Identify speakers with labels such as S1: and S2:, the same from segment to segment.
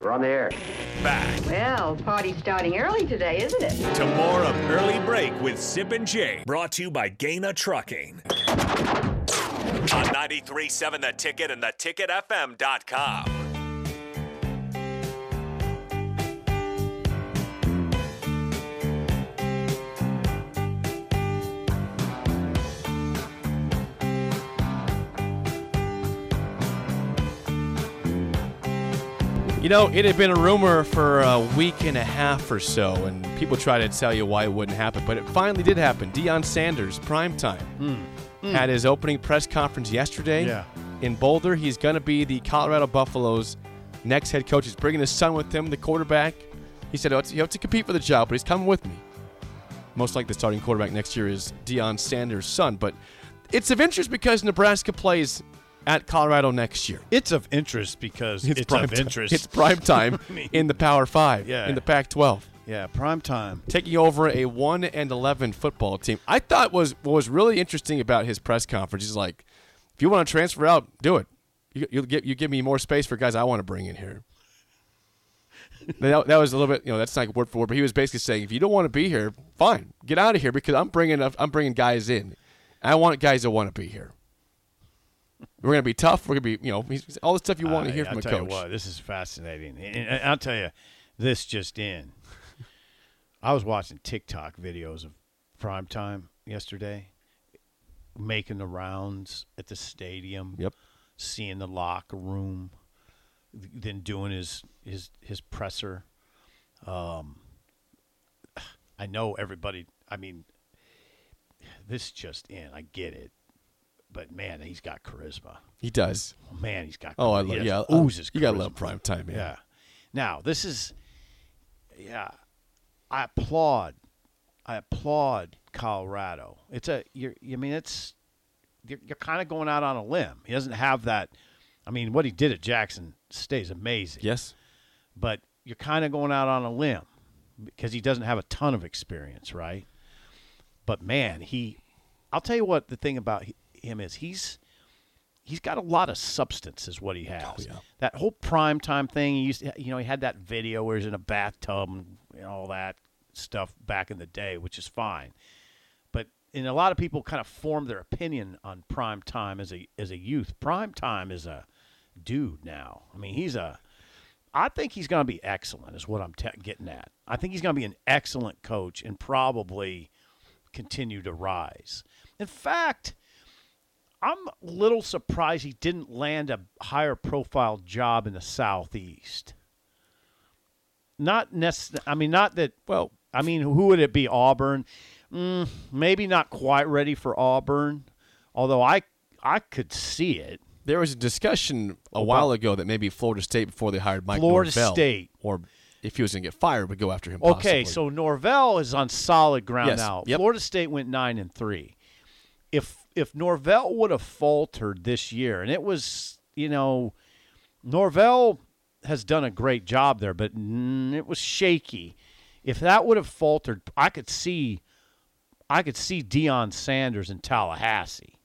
S1: We're on the air.
S2: Back
S3: Well, party's starting early today, isn't it?
S2: to more of Early Break with Sip and Jay, brought to you by Gaina Trucking. On 93.7 The Ticket and theticketfm.com.
S4: You know, it had been a rumor for a week and a half or so, and people tried to tell you why it wouldn't happen, but it finally did happen. Deion Sanders, primetime, had his opening press conference yesterday
S5: Yeah.
S4: in Boulder. He's going to be the Colorado Buffaloes' next head coach. He's bringing his son with him, the quarterback. He said, oh, it's- you have to compete for the job, but he's coming with me. Most likely, the starting quarterback next year is Deion Sanders' son, but it's of interest because Nebraska plays at Colorado next year.
S5: It's of interest because it's,
S4: prime
S5: of
S4: time.
S5: interest.
S4: It's prime time
S5: mean-
S4: in the Power Five,
S5: Yeah.
S4: in the Pac-12,
S5: yeah, prime time.
S4: taking over a one and eleven football team. I thought was what was really interesting about his press conference. He's like, if you want to transfer out, do it. You, you'll get you give me more space for guys I want to bring in here. that, that was a little bit, you know, that's not word for word, but he was basically saying, if you don't want to be here, fine, get out of here because I'm bringing up, I'm bringing guys in. I want guys that want to be here. We're gonna be tough. We're gonna be, you know, he's- all the stuff you want to
S5: I-
S4: hear
S5: I'll
S4: from a
S5: tell
S4: coach.
S5: You what, this is fascinating. And and I'll tell you, this just in. I was watching TikTok videos of primetime yesterday, making the rounds at the stadium.
S4: Yep.
S5: Seeing the locker room, then doing his his his presser. Um, I know everybody. I mean, this just in. I get it, but man, he's got charisma.
S4: He does.
S5: Man, he's got.
S4: Oh, I
S5: he
S4: love.
S5: has
S4: Yeah, I-
S5: oozes.
S4: You gotta
S5: charisma.
S4: love prime time, man.
S5: Yeah. Now this is, yeah, I applaud, I applaud Colorado. It's a you're. I mean, it's you're, you're kind of going out on a limb. He doesn't have that. I mean, what he did at Jackson stays amazing.
S4: Yes.
S5: But you're kind of going out on a limb because he doesn't have a ton of experience, right? But man, he. I'll tell you what the thing about h- him is he's he's got a lot of substance is what he has.
S4: yeah.
S5: That whole prime time thing, he used to, you know, he had that video where he's in a bathtub and all that stuff back in the day, which is fine. But and a lot of people kind of form their opinion on prime time as a as a youth. Prime time is a dude now. I mean, he's a I think he's going to be excellent is what I'm te- getting at. I think he's going to be an excellent coach and probably continue to rise. In fact, I'm a little surprised he didn't land a higher profile job in the Southeast. Not necessarily, I mean, not that, well, I mean, who would it be? Auburn? Mm, maybe not quite ready for Auburn, although I, I could see it.
S4: There was a discussion a while ago that maybe Florida State before they hired Mike
S5: Florida
S4: Norvell,
S5: State.
S4: or if he was going to get fired, would go after him.
S5: Okay,
S4: possibly.
S5: so Norvell is on solid ground
S4: Yes,
S5: now.
S4: yep.
S5: Florida State went nine and three. If if Norvell would have faltered this year, and it was you know, Norvell has done a great job there, but mm, it was shaky. If that would have faltered, I could see, I could see Deion Sanders in Tallahassee.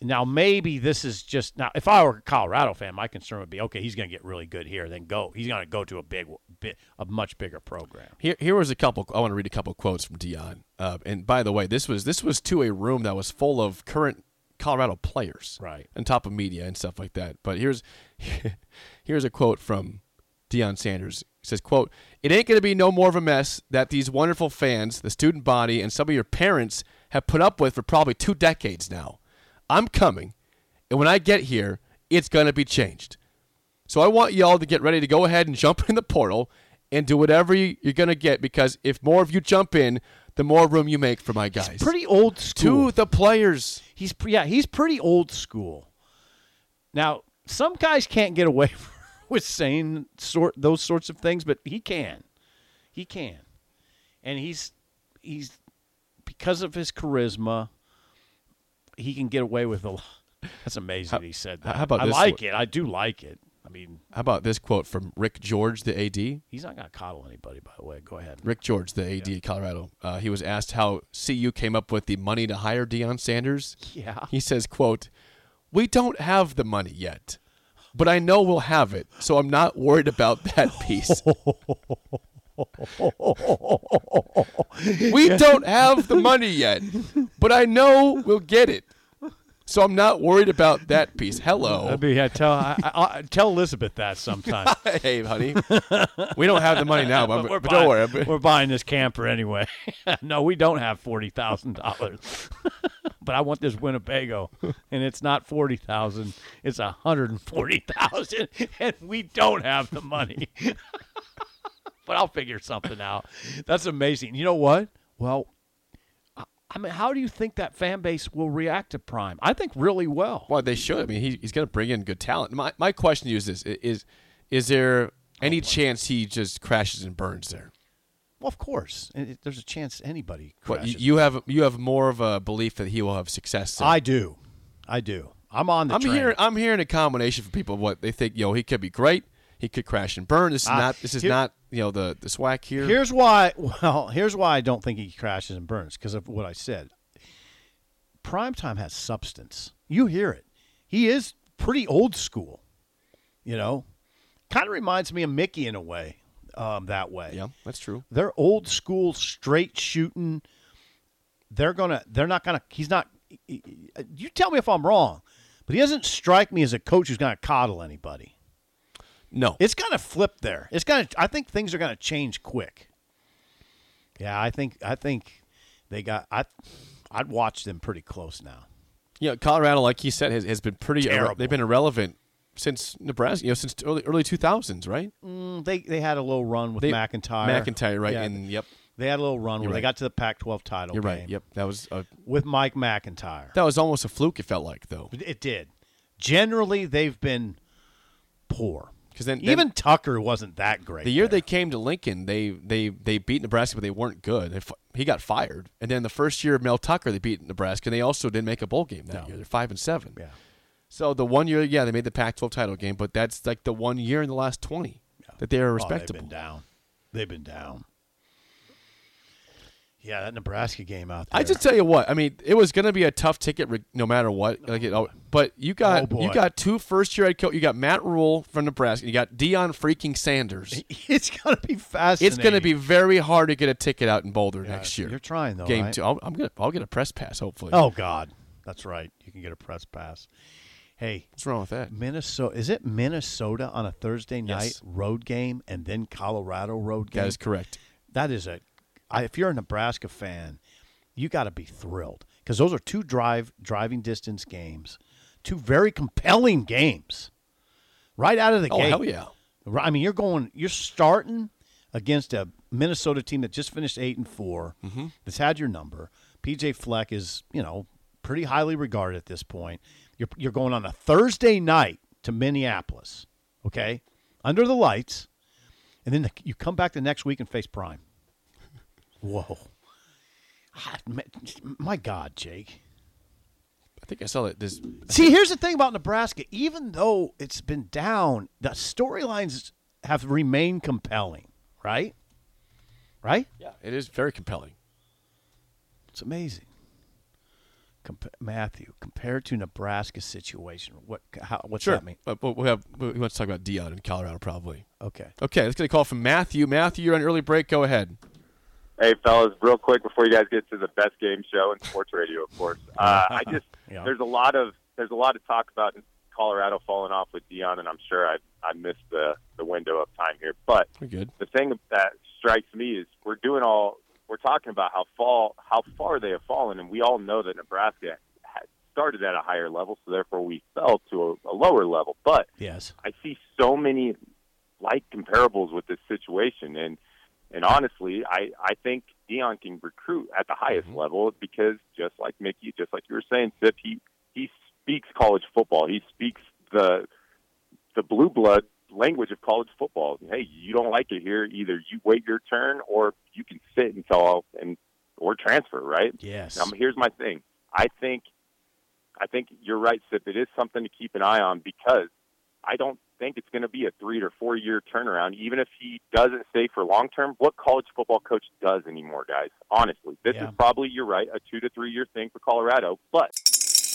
S5: Now maybe this is just now. If I were a Colorado fan, my concern would be, okay, he's going to get really good here, then go. He's going to go to a big, bi- a much bigger program.
S4: Here, here was a couple. I want to read a couple quotes from Dion. Uh, and by the way, this was this was to a room that was full of current Colorado players,
S5: Right.
S4: on top of media and stuff like that. But here's Here's a quote from Deion Sanders. He says, quote, It ain't going to be no more of a mess that these wonderful fans, the student body, and some of your parents have put up with for probably two decades now. I'm coming, and when I get here, it's going to be changed. So I want y'all to get ready to go ahead and jump in the portal and do whatever you- you're going to get because if more of you jump in, the more room you make for my guys.
S5: Pretty old school.
S4: to the players.
S5: He's pre- yeah, he's pretty old school. Now, some guys can't get away with saying sort those sorts of things, but he can. He can. And he's he's because of his charisma, he can get away with a lot. That's amazing that he said that.
S4: how about
S5: I
S4: this
S5: like
S4: one?
S5: it. I do like it. I mean,
S4: How about this quote from Rick George, the AD?
S5: he's not going to coddle anybody, by the way. Go ahead.
S4: Rick George, the AD at Colorado, uh, he was asked how CU came up with the money to hire Deion Sanders.
S5: Yeah.
S4: He says, quote, We don't have the money yet, but I know we'll have it, so I'm not worried about that piece. we don't have the money yet, but I know we'll get it, so I'm not worried about that piece. Hello.
S5: That'd be, yeah, tell I, I, I, tell Elizabeth that sometime.
S4: hey, honey. We don't have the money now, but,
S5: we're
S4: but
S5: buying,
S4: don't worry. I'm-
S5: We're buying this camper anyway. no, we don't have forty thousand dollars. but I want this Winnebago, and it's not forty thousand; it's a hundred and forty thousand, and we don't have the money. but I'll figure something out. That's amazing. You know what? Well, I- I mean, how do you think that fan base will react to Prime? I think really well.
S4: Well, they should. I mean, he, he's going to bring in good talent. My, my question to you is this: i- is is there any chance he just crashes and burns there?
S5: Well, of course, And it- there's a chance anybody.
S4: What, you,
S5: crashes.
S4: you have you have more of a belief that he will have success. there.
S5: I do, I do. I'm on the
S4: I'm
S5: train.
S4: hearing I'm hearing a combination from people of what they think. You know, he could be great. He could crash and burn. This is
S5: Ah,
S4: not this is
S5: here-
S4: not you know the the swag here.
S5: Here's why. Well, here's why I don't think he crashes and burns because of what I said. Primetime has substance. You hear it. He is pretty old school. You know, kind of reminds me of Mickey in a way. Um, that way.
S4: yeah, that's true.
S5: They're old school, straight shooting. They're gonna. They're not gonna. He's not. You tell me if I'm wrong, but he doesn't strike me as a coach who's gonna coddle anybody.
S4: No,
S5: It's gonna flip there. It's gonna. I think things are gonna change quick. Yeah, I think. I think they got. I. I'd watch them pretty close now.
S4: you know, Colorado, like he said, has, has been pretty. irre-
S5: Terrible.
S4: they've been irrelevant since Nebraska. You know, since early early 2000s, right?
S5: Mm, They they had a little run with
S4: They-
S5: McIntyre.
S4: McIntyre, right?
S5: Yeah,
S4: and yep,
S5: they had a little run where
S4: You're
S5: they
S4: right.
S5: got to the Pac-12 title.
S4: you're
S5: game
S4: right. Yep, that was a,
S5: With Mike McIntyre,
S4: that was almost a fluke. It felt like though.
S5: it did. Generally, they've been poor.
S4: 'Cause then-
S5: even
S4: then-
S5: Tucker wasn't that great.
S4: The year
S5: there.
S4: they came to Lincoln, they they they beat Nebraska, but they weren't good. They, f- he got fired, and then the first year of Mel Tucker, they beat Nebraska, and they also didn't make a bowl game that year. They're five and seven.
S5: Yeah.
S4: So the one year, yeah, they made the Pac-12 title game, but that's like the one year in the last twenty that they are
S5: Oh,
S4: respectable.
S5: they've been down. They've been down. Yeah, that Nebraska game out there.
S4: I just tell you what, I mean, it was going to be a tough ticket re- no matter what. Like it, but you
S5: Oh,
S4: got
S5: boy.
S4: you got two first year head coach. You got Matt Rule from Nebraska. You got Dion freaking Sanders.
S5: It's gonna be fascinating.
S4: It's going to be very hard to get a ticket out in Boulder next year.
S5: You're trying though.
S4: game
S5: right?
S4: two. I'll, I'm gonna I'll get a press pass hopefully.
S5: Oh God, that's right. You can get a press pass. Hey,
S4: What's wrong with that?
S5: Minnesota. Is it Minnesota on a Thursday night
S4: Yes.
S5: road game and then Colorado road game?
S4: That is correct.
S5: That is a. I, if you're a Nebraska fan, you got to be thrilled because those are two drive driving distance games, two very compelling games, right out of the
S4: Oh
S5: gate.
S4: hell yeah!
S5: Right- I mean, you're going, you're starting against a Minnesota team that just finished eight and 4
S4: Mm-hmm.
S5: that's had your number. PJ Fleck is, you know, pretty highly regarded at this point. You're you're going on a Thursday night to Minneapolis, okay, under the lights, and then the, you come back the next week and face Prime. Whoa, Ah, ma- my God, Jake.
S4: I think I saw that. This
S5: See, here's the thing about Nebraska. Even though it's been down, the storylines have remained compelling, right? Right?
S4: yeah, it is very compelling.
S5: It's amazing. Compa- Matthew, compared to Nebraska's situation, what? How, what's that mean?
S4: but, but we have we want to talk about Dion in Colorado probably.
S5: Okay.
S4: Okay, let's get a call from Matthew. Matthew, you're on early break. Go ahead.
S6: Hey, fellas, real quick before you guys get to the best game show in sports radio, of course. Uh, I just
S5: Yeah.
S6: there's a lot of there's a lot of talk about Colorado falling off with Dion, and I'm sure I I missed the the window of time here. But
S4: We're good.
S6: the thing that strikes me is we're doing all we're talking about how fall how far they have fallen, and we all know that Nebraska had started at a higher level, so therefore we fell to a, a lower level. But
S5: Yes.
S6: I see so many like comparables with this situation, and and honestly, I I think Dion can recruit at the highest level because just like Mickey, just like you were saying, Sip, he he speaks college football. He speaks the the blue blood language of college football. Hey, you don't like it here, either you wait your turn or you can sit until and or transfer, right?
S5: Yes.
S6: Now, here's my thing. I think, I think you're right, Sip. It is something to keep an eye on because I don't think it's going to be a three to four year turnaround. Even if he doesn't stay for long term, what college football coach does anymore, guys? Honestly, this
S5: Yeah.
S6: is probably you're right, a two to three year thing for Colorado. But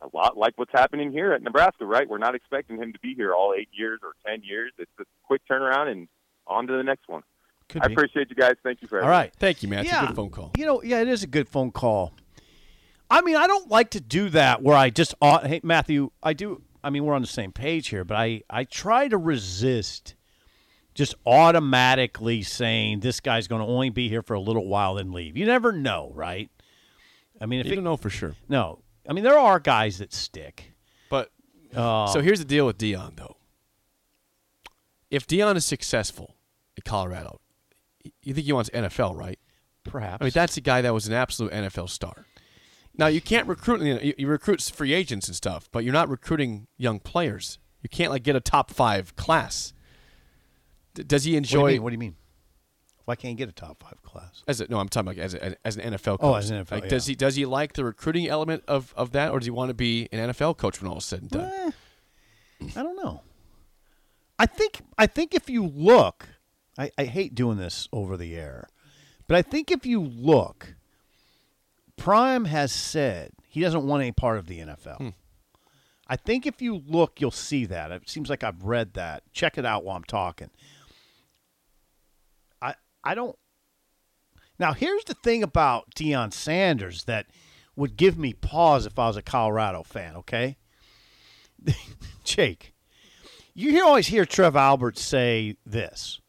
S6: a lot like what's happening here at Nebraska, right? We're not expecting him to be here all eight years or ten years. It's a quick turnaround and on to the next one.
S5: Could
S6: I
S5: be.
S6: appreciate you guys. Thank you for
S5: All
S6: having me.
S5: right.
S4: Thank you, man. It's a good phone call.
S5: You know, yeah, it is a good phone call. I mean, I don't like to do that where I just au- hey Matthew, I do. I mean, we're on the same page here, but I I try to resist just automatically saying this guy's going to only be here for a little while then leave. You never know, right? I mean, if
S4: You
S5: it,
S4: don't know for sure.
S5: no, I mean there are guys that stick.
S4: But
S5: Oh.
S4: so here's the deal with Dion, though. If Dion is successful at Colorado, you think he wants NFL, right?
S5: Perhaps.
S4: I mean, that's a guy that was an absolute NFL star. Now you can't recruit. You, know, you, you recruit free agents and stuff, but you're not recruiting young players. You can't like get a top five class. D- does he
S5: what do, you
S4: enjoy?
S5: mean, what do you mean? Why can't you get a top five class?
S4: As a, no, I'm talking about as, a, as an NFL coach.
S5: Oh, as an NFL,
S4: Like, Does
S5: yeah.
S4: he does he like the recruiting element of, of that, or does he want to be an NFL coach when all is said and done?
S5: Eh, I don't know. I think I think if you look, I, I hate doing this over the air, but I think if you look, Prime has said he doesn't want any part of the NFL. I think if you look, you'll see that. It seems like I've read that. Check it out while I'm talking. I I don't. Now here's the thing about Deion Sanders that would give me pause if I was a Colorado fan. Okay. Jake, you hear, always hear Trev Albert say this.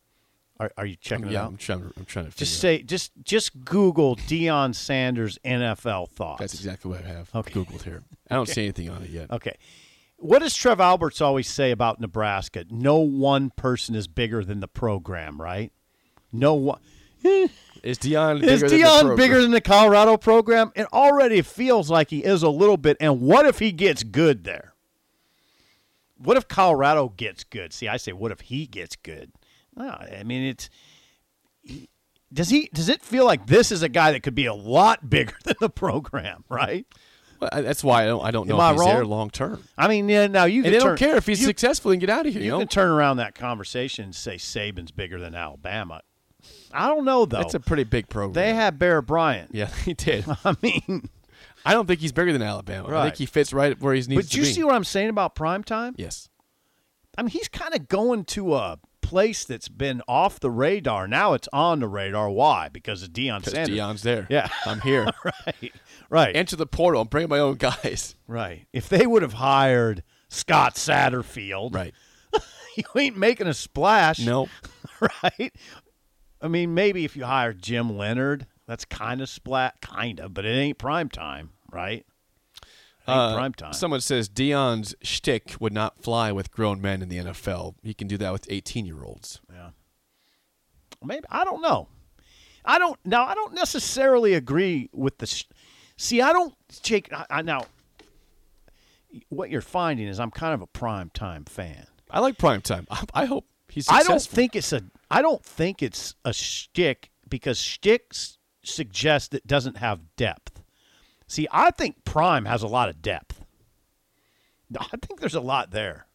S5: Are, are you checking it
S4: Um, yeah,
S5: out?
S4: I'm trying. I'm trying to figure
S5: just
S4: out.
S5: say, just just Google Deion Sanders NFL thoughts.
S4: That's exactly what I have
S5: Okay. Uh,
S4: Googled here. I don't see anything on it yet.
S5: Okay. What does Trev Alberts always say about Nebraska? No one person is bigger than the program, right? No one.
S4: Is Dion bigger
S5: Is
S4: than the
S5: Dion
S4: program?
S5: bigger than the Colorado program? It already feels like he is a little bit. And what if he gets good there? What if Colorado gets good? See, I say, what if he gets good? No, I mean, it's he- does he does it feel like this is a guy that could be a lot bigger than the program, right?
S4: Well, I- that's why I don't. I don't know
S5: Am I
S4: if he's there
S5: wrong?
S4: long term.
S5: I mean, yeah, now you
S4: And
S5: can
S4: they don't
S5: turn-
S4: care if he's
S5: you-
S4: successful and get out of here. You,
S5: You
S4: know,
S5: can turn around that conversation and say Saban's bigger than Alabama. I don't know though.
S4: that's a pretty big program.
S5: they had Bear Bryant.
S4: yeah, he did.
S5: I mean,
S4: I don't think he's bigger than Alabama. I think
S5: Right.
S4: he fits right where he needs
S5: But
S4: to
S5: you
S4: be.
S5: see what I'm saying about prime time?
S4: yes.
S5: I mean, he's kind of going to a place that's been off the radar. Now it's on the radar. Why? Because of Deion
S4: Because
S5: Sanders.
S4: Dion's there.
S5: Yeah.
S4: I'm here.
S5: right. Right.
S4: Enter the portal. I'm bringing my own guys.
S5: right. If they would have hired Scott Satterfield,
S4: Right.
S5: you ain't making a splash.
S4: No.
S5: right? I mean, maybe if you hire Jim Leonard, that's kind of splat, kind of, but it ain't prime time, right? It ain't
S4: Uh,
S5: prime time.
S4: Someone says Dion's shtick would not fly with grown men in the NFL. He can do that with 18 year olds.
S5: maybe I don't know. I don't now. I don't necessarily agree with the. Sh- See, I don't Jake. I, I now. What you're finding is I'm kind of a prime time fan.
S4: I like prime time. I, I hope he's
S5: I don't
S4: successful.
S5: think it's a. I don't think it's a shtick because shticks suggest it doesn't have depth. See, I think Prime has a lot of depth. I think there's a lot there.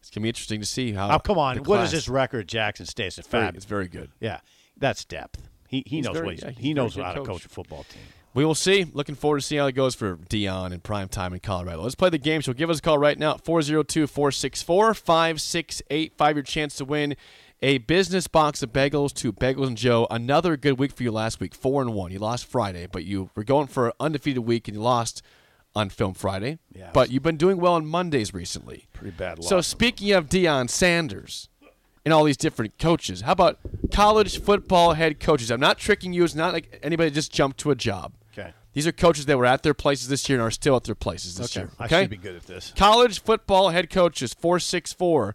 S4: It's gonna be interesting to see how.
S5: Oh, come on,
S4: the
S5: what
S4: class-
S5: is his record? Jackson State's a
S4: Very,
S5: fab.
S4: it's very good.
S5: Yeah, that's depth. He he
S4: He's
S5: knows
S4: very-
S5: what he's,
S4: yeah, he's
S5: he
S4: a
S5: knows
S4: very
S5: how
S4: good
S5: to
S4: coach.
S5: coach a football team.
S4: We will see. Looking forward to seeing how it goes for Dion in prime time in Colorado. Let's play the game. So give us a call right now at 402 464 5685. Your chance to win a business box of bagels to Bagels and Joe. Another good week for you last week. Four and one. You lost Friday, but you were going for an undefeated week and you lost on Film Friday.
S5: Yeah.
S4: But you've been doing well on Mondays recently.
S5: Pretty bad
S4: So
S5: loss.
S4: speaking of Dion Sanders and all these different coaches, how about college football head coaches? I'm not tricking you. It's not like anybody just jumped to a job.
S5: Okay.
S4: These are coaches that were at their places this year and are still at their places this year.
S5: I
S4: Okay.
S5: should be good at this.
S4: College football head coaches 464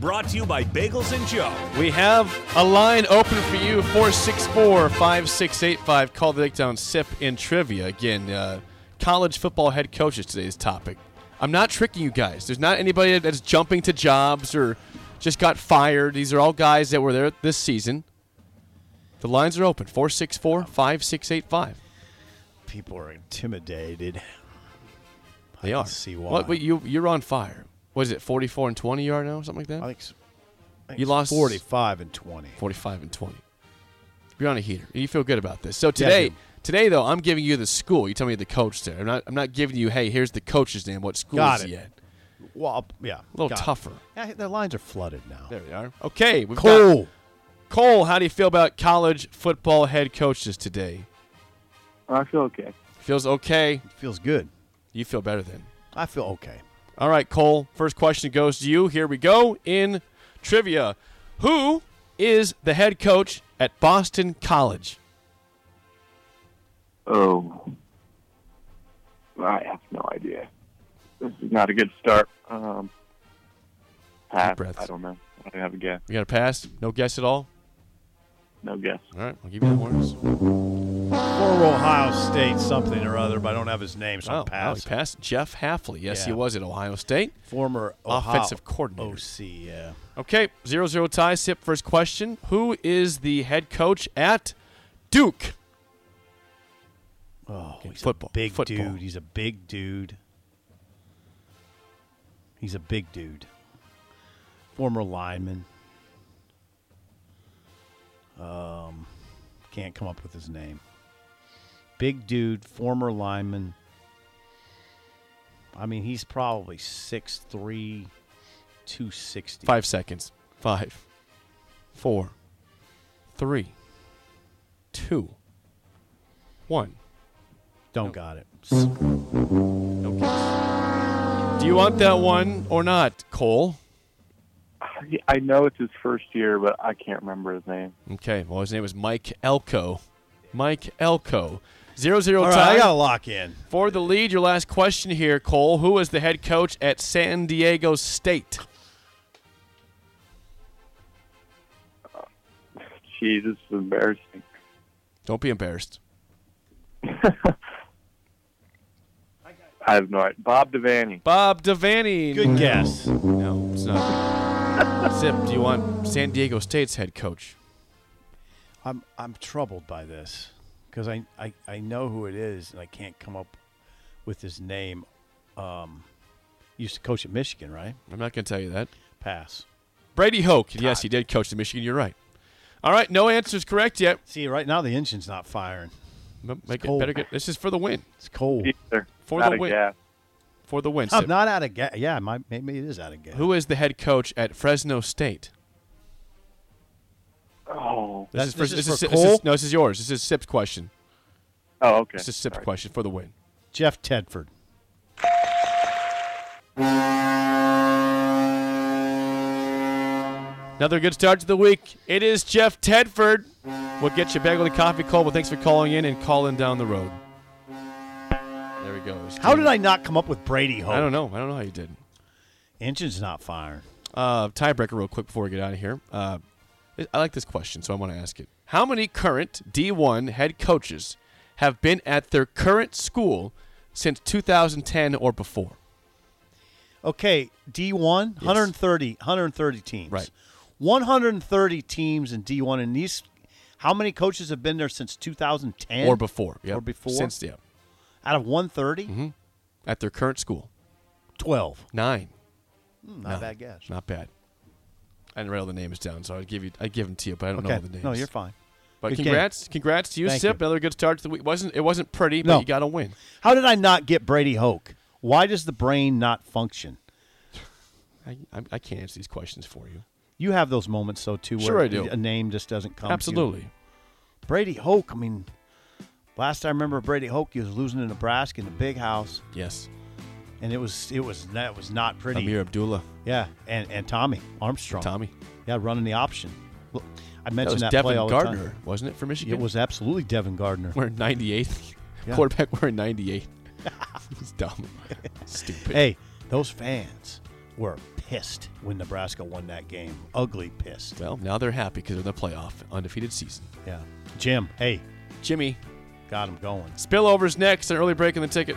S2: Brought to you by Bagels and Joe.
S4: We have a line open for you 464 5685. Call the Dicktown Sip in trivia. Again, uh, college football head coaches today's topic. I'm not tricking you guys. There's not anybody that's jumping to jobs or just got fired. These are all guys that were there this season. The lines are open 464 5685.
S5: People are intimidated.
S4: They
S5: I
S4: are.
S5: can see why.
S4: What, wait, you, you're on fire. What is it, 44 and 20 you are now, something like that?
S5: I think, s- I think
S4: You
S5: it's
S4: lost-
S5: 45 and 20.
S4: 45 and 20. You're on a heater. You feel good about this. So
S5: Yeah, I
S4: today,
S5: do.
S4: today though, I'm giving you the school. You tell me the coach there. I'm not. I'm not giving you. Hey, here's the coach's name. What school
S5: Got
S4: is
S5: it.
S4: he at?
S5: Well,
S4: A
S5: yeah.
S4: little
S5: got it.
S4: tougher.
S5: Yeah, their lines are flooded now.
S4: There we are. Okay, we've got
S5: Cool.
S4: Cole. How do you feel about college football head coaches today?
S7: I feel okay.
S4: Feels okay.
S5: Feels good.
S4: You feel better then.
S5: I feel okay.
S4: All right, Cole. First question goes to you. Here we go in trivia. Who is the head coach at Boston College?
S7: Oh, I have no idea. This is not a good start. Um, pass.
S4: breaths.
S7: I don't know. I don't have a guess.
S4: You got a pass? No guess at all.
S7: No guess.
S4: All right, I'll give you the horns.
S5: Former Ohio State something or other, but I don't have his name, so
S4: Oh,
S5: I'm
S4: wow, he
S5: passing.
S4: passed Jeff Halfley. Yes, he
S5: Yeah.
S4: was at Ohio State.
S5: Former Ohio
S4: Offensive coordinator.
S5: OC, yeah.
S4: Okay, zero zero tie. Sip first question. Who is the head coach at Duke?
S5: Oh, he's
S4: football,
S5: a big
S4: football.
S5: dude. He's a big dude. He's a big dude. Former lineman. Um, Um, can't come up with his name. Big dude, former lineman. I mean, he's probably 6'3", 260.
S4: Five seconds. Five, four, three, two, one.
S5: Don't got it. S-
S4: No guess. Do you want that one or not, Cole?
S7: I, I know it's his first year, but I can't remember his name.
S4: Okay. Well, his name was Mike Elko. Mike Elko. Zero zero
S5: All
S4: tie.
S5: right, I got to lock in.
S4: For the lead, your last question here, Cole. Who is the head coach at San Diego State?
S7: Jeez, this is embarrassing.
S4: Don't be embarrassed.
S7: I have no idea. Bob Devaney.
S4: Bob Devaney.
S5: Good guess.
S4: No, it's not. Zip, do you want San Diego State's head coach?
S5: I'm I'm troubled by this because I, I I know who it is and I can't come up with his name. Um, he used to coach at Michigan, right?
S4: I'm not going to tell you that.
S5: Pass.
S4: Brady Hoke. Yes, he did coach at Michigan. You're right. All right, no answers correct yet.
S5: See, right now the engine's not firing.
S4: M- Make it
S5: cold.
S4: better. Get, this is for the win.
S5: It's cold.
S7: Either.
S4: For
S7: Not
S4: the
S7: a
S4: win.
S7: guess.
S4: For the win.
S5: I'm
S4: Sip.
S5: not out of gas. Yeah, my, maybe it is out of gas.
S4: Who is the head coach at Fresno State?
S7: Oh.
S4: This
S5: That's-
S4: is
S5: this is for
S4: this
S5: Cole?
S4: no, this is yours. This is Sip's question.
S7: Oh, okay.
S4: This is Sip's
S7: All right.
S4: question for the win.
S5: Jeff Tedford.
S4: Another good start to the week. It is Jeff Tedford. We'll get you back with a coffee call, but thanks for calling in and calling down the road. There he goes.
S5: How did I not come up with Brady Hope?
S4: I don't know. I don't know how you did.
S5: Engine's not firing.
S4: Uh, tiebreaker, real quick, before we get out of here. Uh, I like this question, so I want to ask it. How many current D1 head coaches have been at their current school since 2010 or before?
S5: Okay, D1, 130, 130 teams.
S4: Right.
S5: 130 teams in D1 and these how many coaches have been there since 2010
S4: or before? Yep.
S5: Or before?
S4: Since yeah,
S5: Out of 130?
S4: Mm-hmm. at their current school,
S5: 12.
S4: nine.
S5: Hmm, not a bad guess.
S4: Mm, Not bad. I didn't write all the names down, so I'd give you, I'd give them to you, but I don't know
S5: okay.
S4: all the names.
S5: No, you're fine.
S4: But
S5: Good game.
S4: congrats, congrats to you,
S5: Thank
S4: Sip.
S5: you.
S4: Another good start to the week. wasn't It wasn't pretty, but
S5: No.
S4: you got to win.
S5: How did I not get Brady Hoke? Why does the brain not function?
S4: I, I, I can't answer these questions for you.
S5: You have those moments though too where
S4: Sure I do.
S5: a name just doesn't come to you.
S4: Absolutely.
S5: Brady Hoke, I mean last I remember Brady Hoke he was losing to Nebraska in the big house
S4: Yes.
S5: and it was it was that was not pretty.
S4: Amir Abdullah,
S5: Yeah, and, and Tommy Armstrong.
S4: Tommy.
S5: Yeah, running the option. Look, I
S4: That
S5: mentioned
S4: was
S5: that, play
S4: Devin
S5: all the
S4: Gardner,
S5: time.
S4: wasn't it, for Michigan?
S5: It was absolutely Devin Gardner.
S4: Wearing 98.
S5: Yeah.
S4: Quarterback wearing 98. He's dumb. Stupid.
S5: Hey, those fans were pissed when Nebraska won that game. Ugly pissed.
S4: Well, now they're happy because they're in the playoff, undefeated season.
S5: Yeah. Jim, hey,
S4: Jimmy,
S5: got him going.
S4: spillovers next, an early break in the ticket.